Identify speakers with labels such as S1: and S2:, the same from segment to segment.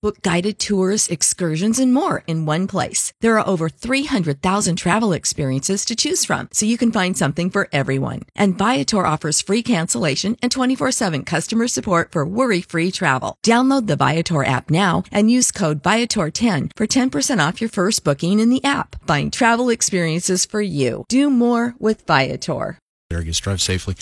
S1: Book guided tours, excursions, and more in one place. There are over 300,000 travel experiences to choose from, so you can find something for everyone. And Viator offers free cancellation and 24 7 customer support for worry free travel. Download the Viator app now and use code Viator10 for 10% off your first booking in the app. Find travel experiences for you. Do more with Viator.
S2: There, guess drive safely.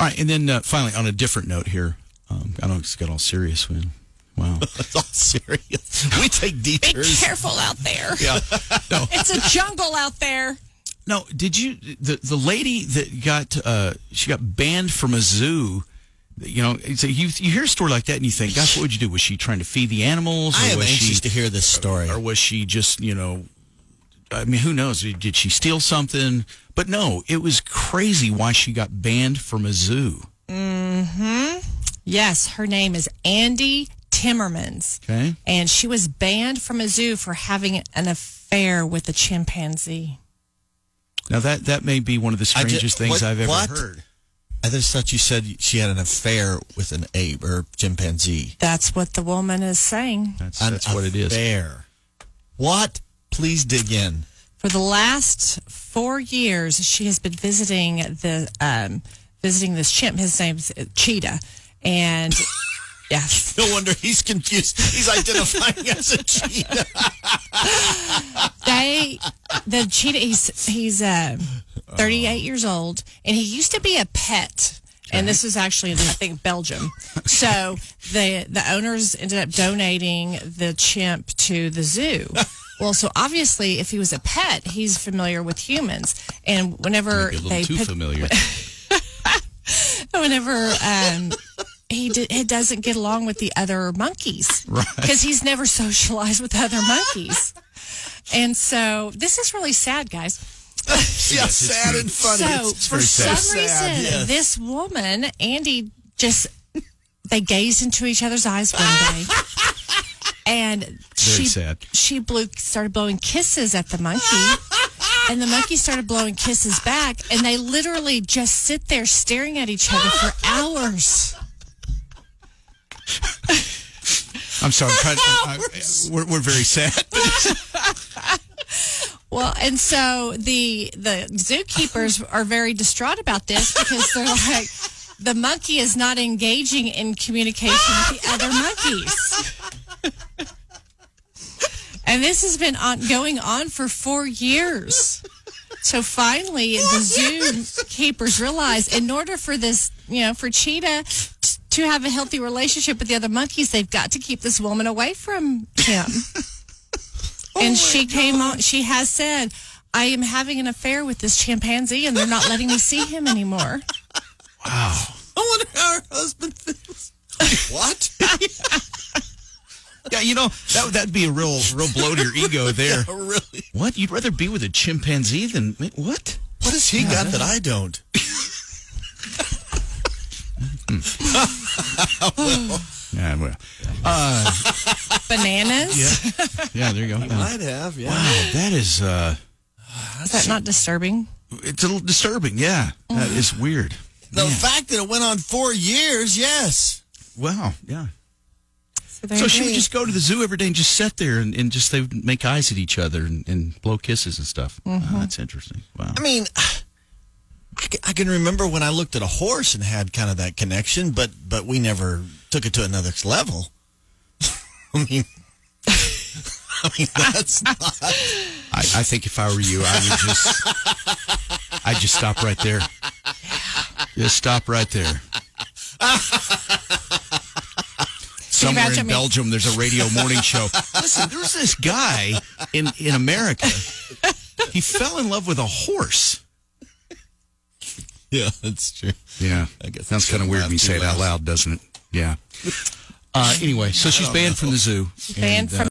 S2: All right, and then uh, finally, on a different note here, um, I don't just got all serious when. Wow.
S3: That's all serious. We take
S4: Be
S3: detours.
S4: careful out there.
S2: Yeah. No.
S4: It's a jungle out there.
S2: No. Did you the the lady that got uh she got banned from a zoo? You know, it's a, you you hear a story like that and you think, gosh, what would you do? Was she trying to feed the animals?
S3: I am
S2: was
S3: anxious
S2: she,
S3: to hear this story.
S2: or was she just you know? I mean, who knows? Did she steal something? But no, it was crazy why she got banned from a zoo.
S4: Yes, her name is Andy Timmermans.
S2: Okay.
S4: And she was banned from a zoo for having an affair with a chimpanzee.
S2: Now that that may be one of the
S3: I ju-
S2: strangest things
S3: what-
S2: I've ever
S3: what?
S2: heard.
S3: I just thought you said she had an affair with an ape or chimpanzee.
S4: That's what the woman is saying.
S2: That's
S3: An
S2: that's what it is.
S3: Affair. What? Please dig in.
S4: For the last four years, she has been visiting the um, visiting this chimp. His name's uh, Cheetah, and yes,
S3: No wonder he's confused. He's identifying as a cheetah.
S4: they the cheetah he's he's um 38 years old and he used to be a pet and this was actually in, I think Belgium. So the the owners ended up donating the chimp to the zoo. Well, so obviously, if he was a pet, he's familiar with humans, and whenever
S2: Maybe a
S4: they
S2: little too
S4: put-
S2: familiar.
S4: whenever um, he, d- he doesn't get along with the other monkeys because he's never socialized with other monkeys and so this is really sad guys
S3: Yeah, sad and funny.
S4: so
S3: It's
S4: for
S3: very
S4: some
S3: sad.
S4: reason
S3: Sad, yes.
S4: this woman andy just they gazed into each other's eyes one day and she
S2: sad.
S4: she blew started blowing kisses at the monkey and the monkey started blowing kisses back and they literally just sit there staring at each other for hours
S2: I'm sorry. I'm trying- I- I- we're, we're very sad.
S4: Well, and so the the zookeepers are very distraught about this because they're like, the monkey is not engaging in communication with the other monkeys. And this has been on, going on for four years. So finally, the zoo keepers realize in order for this, you know, for cheetah t- to have a healthy relationship with the other monkeys, they've got to keep this woman away from him.
S2: Oh
S4: and she came on, she has said, I am having an affair with this chimpanzee and they're not letting me see him anymore.
S3: I wonder how her husband feels. What?
S2: Yeah, you know that that'd be a real real blow to your ego there.
S3: Oh, really?
S2: What? You'd rather be with a chimpanzee than what?
S3: What has he got that I don't?
S2: Yeah, well,
S4: Bananas?
S2: yeah. There you go. Uh,
S3: I'd have, yeah.
S2: wow, that is uh,
S4: Is that not disturbing?
S2: it's a little disturbing. Yeah, that is weird.
S3: The fact that it went on four years, yes.
S2: Wow. Yeah.
S4: there
S2: So she
S4: you
S2: would
S4: go.
S2: just go to the zoo every day and just sit there and, and just they would make eyes at each other and, and blow kisses and stuff. Wow, that's interesting. Wow.
S3: I mean, I c- I can remember when I looked at a horse and had kind of that connection, but but we never took it to another level. I mean, I mean that's not,
S2: I, I think if I were you, I would just, I would just stop right there. Just stop right there. Somewhere
S4: imagine
S2: in
S4: me-
S2: Belgium, there's a radio morning show. Listen, there's this guy in in America. He fell in love with a horse.
S3: yeah, that's true.
S2: Yeah,
S3: I guess
S2: sounds
S3: I
S2: kind of
S3: shouldn't
S2: weird
S3: laugh
S2: when you
S3: too
S2: say it out
S3: loud.
S2: loud, doesn't it? Yeah. Uh, anyway, so she's banned from the zoo.
S4: Banned
S2: and, uh,
S4: from